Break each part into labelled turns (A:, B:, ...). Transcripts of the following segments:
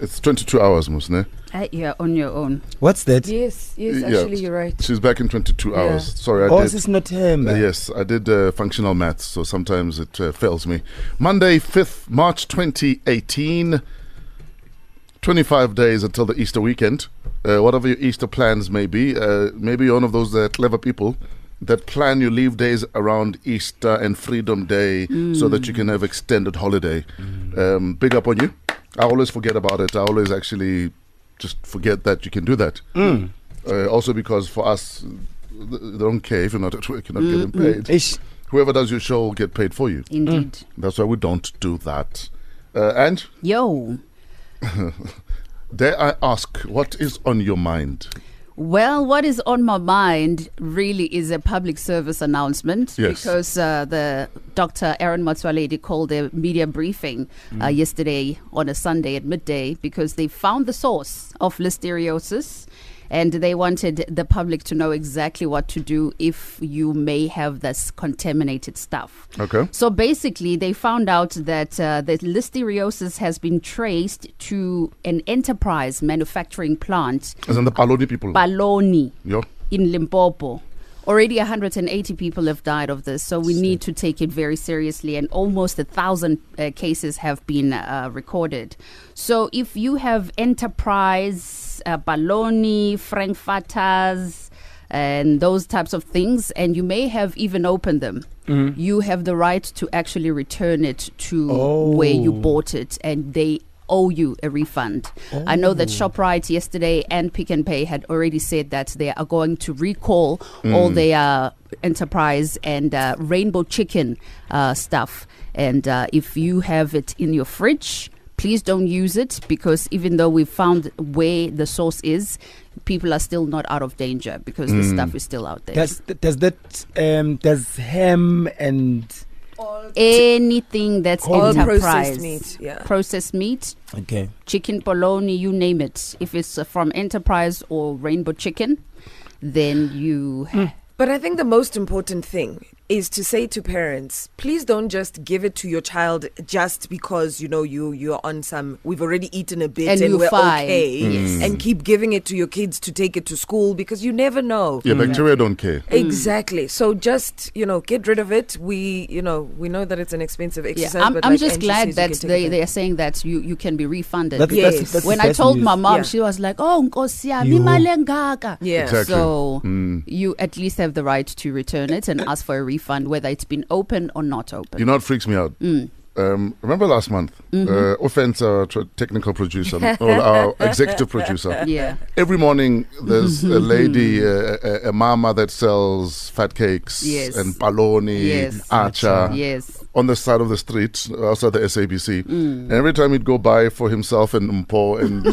A: It's 22 hours, Musne.
B: Uh, you're on your own.
C: What's that?
D: Yes, yes,
A: Yeah.
D: actually, you're right.
A: She's back in 22 hours.
D: Yeah.
A: Sorry, I
C: oh,
A: did.
C: it's not him.
A: Uh, yes, I did uh, functional maths, so sometimes it uh, fails me. Monday, 5th March 2018. 25 days until the Easter weekend. Uh, whatever your Easter plans may be, uh, maybe you're one of those uh, clever people that plan your leave days around Easter and Freedom Day so that you can have extended holiday. Um, big up on you. I always forget about it. I always actually just forget that you can do that.
C: Mm.
A: Uh, also, because for us, th- they don't care if you're not at work, you're not
B: Mm-hmm.
A: getting paid.
C: Ish.
A: Whoever does your show will get paid for you.
B: Indeed.
A: That's why we don't do that. Uh, and
B: Yo.
A: dare I ask, what is on your mind?
B: Well, what is on my mind really is a public service announcement
A: Yes.
B: because uh, the Dr. Aaron Matsualedi called a media briefing uh,
A: Mm.
B: yesterday on a Sunday at midday because they found the source of listeriosis and they wanted the public to know exactly what to do if you may have this contaminated stuff.
A: Okay.
B: So basically, they found out that uh, the listeriosis has been traced to an enterprise manufacturing plant
A: As in the Paloni people.
B: Baloni
A: Yo.
B: in Limpopo. Already 180 people have died of this, so we need to take it very seriously. And almost a thousand uh, cases have been uh, recorded. So if you have Enterprise, uh, Baloney, Frankfurters, and those types of things, and you may have even opened them, you have the right to actually return it to where you
C: Oh.
B: bought bought it and they owe you a refund. I know that ShopRite yesterday and Pick and Pay had already said that they are going to recall all their uh, enterprise and uh, rainbow chicken uh, stuff. And uh, if you have it in your fridge, please don't use it because even though we found where the source is, people are still not out of danger because the stuff is still out there.
C: Does does that um does ham and
B: Anything that's
D: All
B: enterprise,
D: processed meat. Yeah.
B: processed meat,
C: okay
B: chicken bologna, you name it. If it's uh, from Enterprise or Rainbow Chicken, then you.
D: But I think the most important thing is to say to parents, please don't just give it to your child just because you know you you're on some we've already eaten a bit
B: And
D: and,
B: you're
D: we're
B: fine.
D: okay
B: Yes.
A: Mm.
D: and keep giving it to your kids to take it to school because you never know.
B: Mm.
A: Yeah, Mm. bacteria don't care.
D: Exactly. So just, you know, get rid of it. We, you know, we know that it's an expensive
B: Yeah,
D: exercise.
B: I'm,
D: but
B: I'm
D: like
B: just
D: Angie
B: glad
D: says, you
B: that
D: can take
B: they,
D: it
B: they
D: back.
B: are saying that you, you can be refunded.
C: That's-
D: that's-
C: that's
D: Yes.
C: the
B: when I
C: best
B: told my
C: news.
B: mom,
D: Yeah.
B: she was like, "Oh, nkosia,
C: Yo.
B: imalengaka."
D: Yeah.
A: Exactly.
B: So
A: Mm.
B: you at least have the right to return it and ask for a refund, whether it's been open or not open. Mm,
A: You know what freaks me out? Um, remember last month, uh,
B: Mm-hmm.
A: offense, our tr- technical producer, or our executive producer.
B: yeah.
A: Every morning, there's
B: Mm-hmm.
A: a lady, uh, a, a mama that sells fat cakes
B: Yes.
A: and paloni,
B: Yes.
C: Uh-huh.
A: acha,
B: Yes.
A: on the side of the street outside the SABC. And every time he'd go buy for himself and Mpo and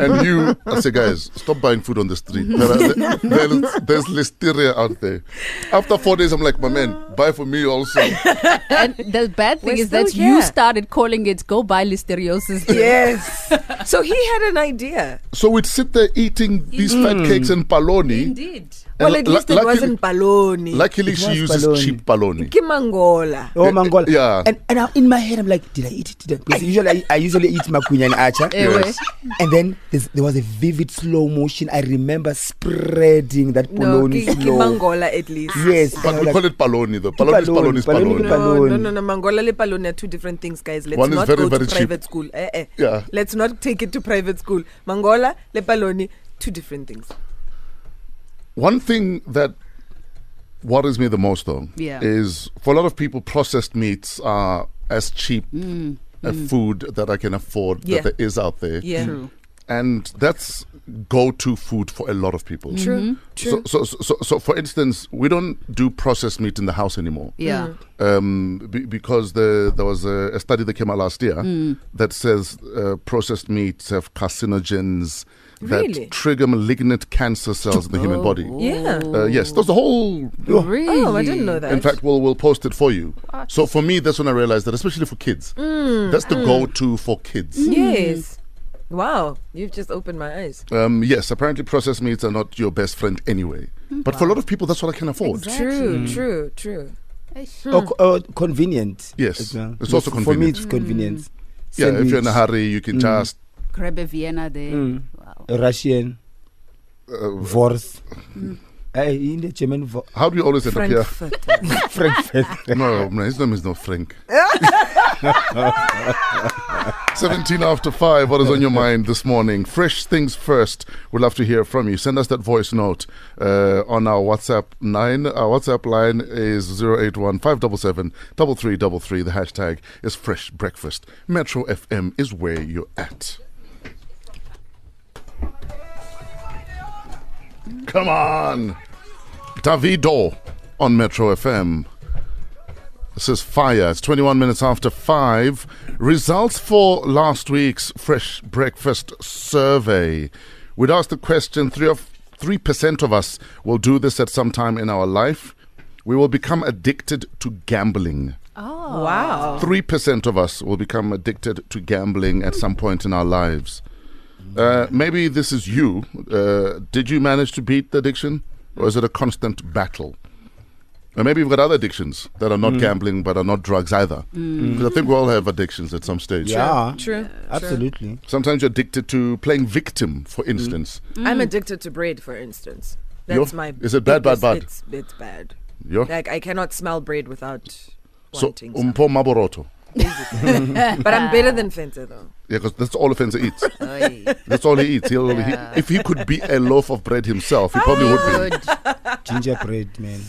A: and you, I say, guys, stop buying food on the street. There are, there- there's listeria out there. After four days, I'm like, my man, buy for me also.
B: and the bad thing
D: We're
B: is that
D: still
B: you
D: here.
B: started calling it "go buy listeriosis." Day."
D: Yes. so he had an idea.
A: So we'd sit there eating these fat cakes and paloni.
B: Indeed.
D: Well,
A: And
D: at least
A: lu-
D: it
A: luckily-
D: wasn't baloney.
A: Luckily,
C: It
A: she
C: was
A: uses
C: baloney.
A: cheap paloni.
D: Kimangola.
C: oh
A: Yeah,
C: mangola
A: yeah.
C: and and I, in my head I'm like did I eat it today because usually I, I usually eat makunya and acha
B: Ewe.
A: Yes.
C: and then there's, there was a vivid slow motion I remember spreading that
D: No,
C: bologna
D: ki-
C: slow Oh,
D: kimangola at least.
C: yes and I
A: But
C: was
A: we
C: like,
A: call it paloni, though. Paloni is paloni is
C: Paloni,
A: paloni.
C: paloni.
D: No, no,
C: Baloney.
D: no, no. Mangola le Palone are two different things, guys. Let's
A: One is
D: not
A: very,
D: go
A: very
D: to
A: cheap.
D: private school. Eh, eh.
A: Yeah.
D: Let's not take it to private school. Mangola le Palone, two different things.
A: One thing that worries me the most, though,
B: Yeah.
A: is for a lot of people, processed meats are as cheap a food that I can afford
D: Mm, Yeah.
A: that there is out there.
D: Yeah.
B: True.
A: And that's go-to food for a lot of people.
D: True.
A: So,
D: Mm-hmm. Mm, True.
A: so, so, so, so, for instance, we don't do processed meat in the house anymore.
B: Yeah.
A: um, be, because the, there was a, a study that came out last year
D: Mm.
A: that says uh, processed meats have carcinogens that
D: Really? Oh.
A: trigger malignant cancer cells in the human body.
D: Yeah.
A: Uh, yes, there's the whole.
B: Really?
D: Oh, I didn't know that.
A: In fact, we'll we'll post it for you. So for me, that's when I realized that, especially for kids, that's the go-to for kids.
D: yes. Wow, you've just opened my eyes.
A: Um, yes, apparently processed meats are not your best friend anyway. But for a lot of people, that's what I can afford.
D: True,
A: Mm.
D: true, true. Mm.
C: oh, co- oh, convenient
A: Yes,
C: as well.
A: it's also
C: for me it's convenience
D: Mm.
A: Yeah, if you're in a
C: Sandwich.
A: hurry, you can just
B: Krebe Vienna there.
C: Mm.
B: Wow.
C: Russian
A: Uh,
C: Vors.
D: Mm.
C: Eh, in the German vo-
A: how do you always end up
D: Frankfurt.
C: Frankfurt.
A: here? No, no, his name is not Frank. 17 after 5, what is on your mind this morning? Fresh things first. We'd love to hear from you. Send us that voice note uh, on our WhatsApp 9. Our WhatsApp line is 081 577 3333. The hashtag is Fresh Breakfast. Metro FM is where you're at. Come on! Davido on Metro FM. This is Fire. It's 21 minutes after 5. Results for last week's Fresh Breakfast survey. We'd asked the question three of, 3% of us will do this at some time in our life. We will become addicted to gambling.
B: Oh.
D: wow.
A: 3% of us will become addicted to gambling at some point in our lives. Uh, maybe this is you. Uh, did you manage to beat the addiction? Or is it a constant battle? And maybe you've got other addictions that are not gambling but are not drugs either. Because I think we all have addictions at some stage.
C: yeah,
D: True.
C: absolutely.
A: Sometimes you're addicted to playing victim, for instance.
D: I'm addicted to bread, for instance.
A: Yo,
D: That's my.
A: is it bad, bad,
D: biggest-
A: bad?
D: It's, it's bad.
A: Yeah?
D: Like I cannot smell bread without
A: So, um,
D: wanting. some.
A: umpo maboroto.
D: but I'm better than Fenta though.
A: Yeah, because that's all Offense eats.
B: Oy.
A: That's all he eats. He'll,
B: Yeah.
A: he, if he could be a loaf of bread himself, he probably would be.
B: Good.
C: Gingerbread, man.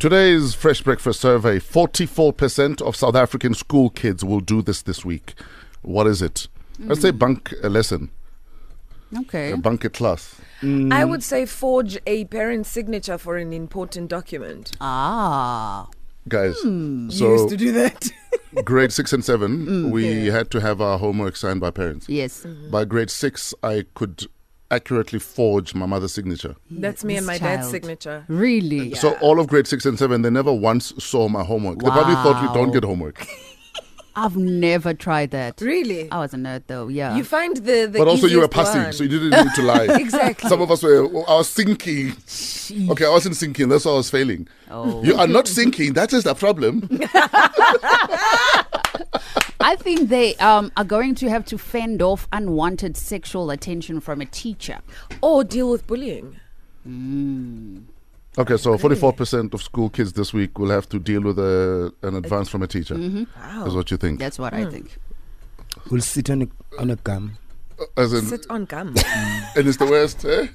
A: Today's Fresh Breakfast survey 44% of South African school kids will do this this week. What is it? Let's
D: Hmm.
A: say bunk a lesson,
B: Okay.
D: Eh?
A: a bunk a class.
D: I would say forge a parent's signature for an important document.
B: Ah.
A: Guys,
D: Hmm. you
A: so
D: used to do Hmm, that.
A: grade six and seven, we had to have our homework signed by parents.
B: Yes.
D: Mm-hmm.
A: By grade six, I could accurately forge my mother's signature.
D: That's me
B: This
D: and my dad's
B: child.
D: signature.
B: Really?
A: So all of grade six and seven, they never once saw my homework. They probably thought we don't
B: Wow.
A: get homework.
B: I've never tried that.
D: Really?
B: I was a nerd though. Yeah.
D: You find the the
A: Ah. But also, you were
D: easiest
A: passing,
D: one.
A: so you didn't need to lie.
D: exactly.
A: Some of us were. I was sinking. Okay, I wasn't sinking. That's why I was failing.
B: oh.
A: You are not sinking. That is the problem.
B: I think they um, are going to have to fend off unwanted sexual attention from a teacher.
D: or deal with bullying.
A: Okay, so forty-four percent of school kids this week will have to deal with a, an advance from a teacher. Is
D: Wow.
A: what you think?
B: That's what I think.
C: We'll sit on a, on a gum.
A: Uh, As in,
D: Sit on gum.
A: and it's the worst. Eh?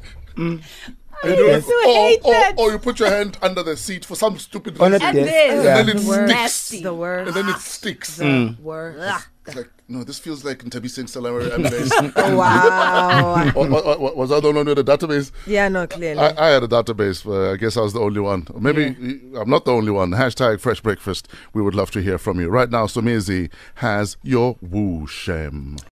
A: You do
C: Yes.
A: it, or, or, or you put your hand under the seat for some stupid
C: On a
A: reason,
C: desk.
A: and
B: then-
C: yeah.
A: then it
D: Nasty.
A: sticks,
D: The worst.
A: and then it Mm. sticks.
D: The worst.
A: It's like no, this feels like Ntabi Singh Salama. I mean, it's-
D: Oh, wow.
A: wa- wa- wa- was I the only one with a database?
D: yeah, no, clearly.
A: I, I had a database, but I guess I was the only one. Or Maybe y- I'm not the only one. Hashtag Fresh Breakfast. We would love to hear from you. Right now, Somizi has your woo shame.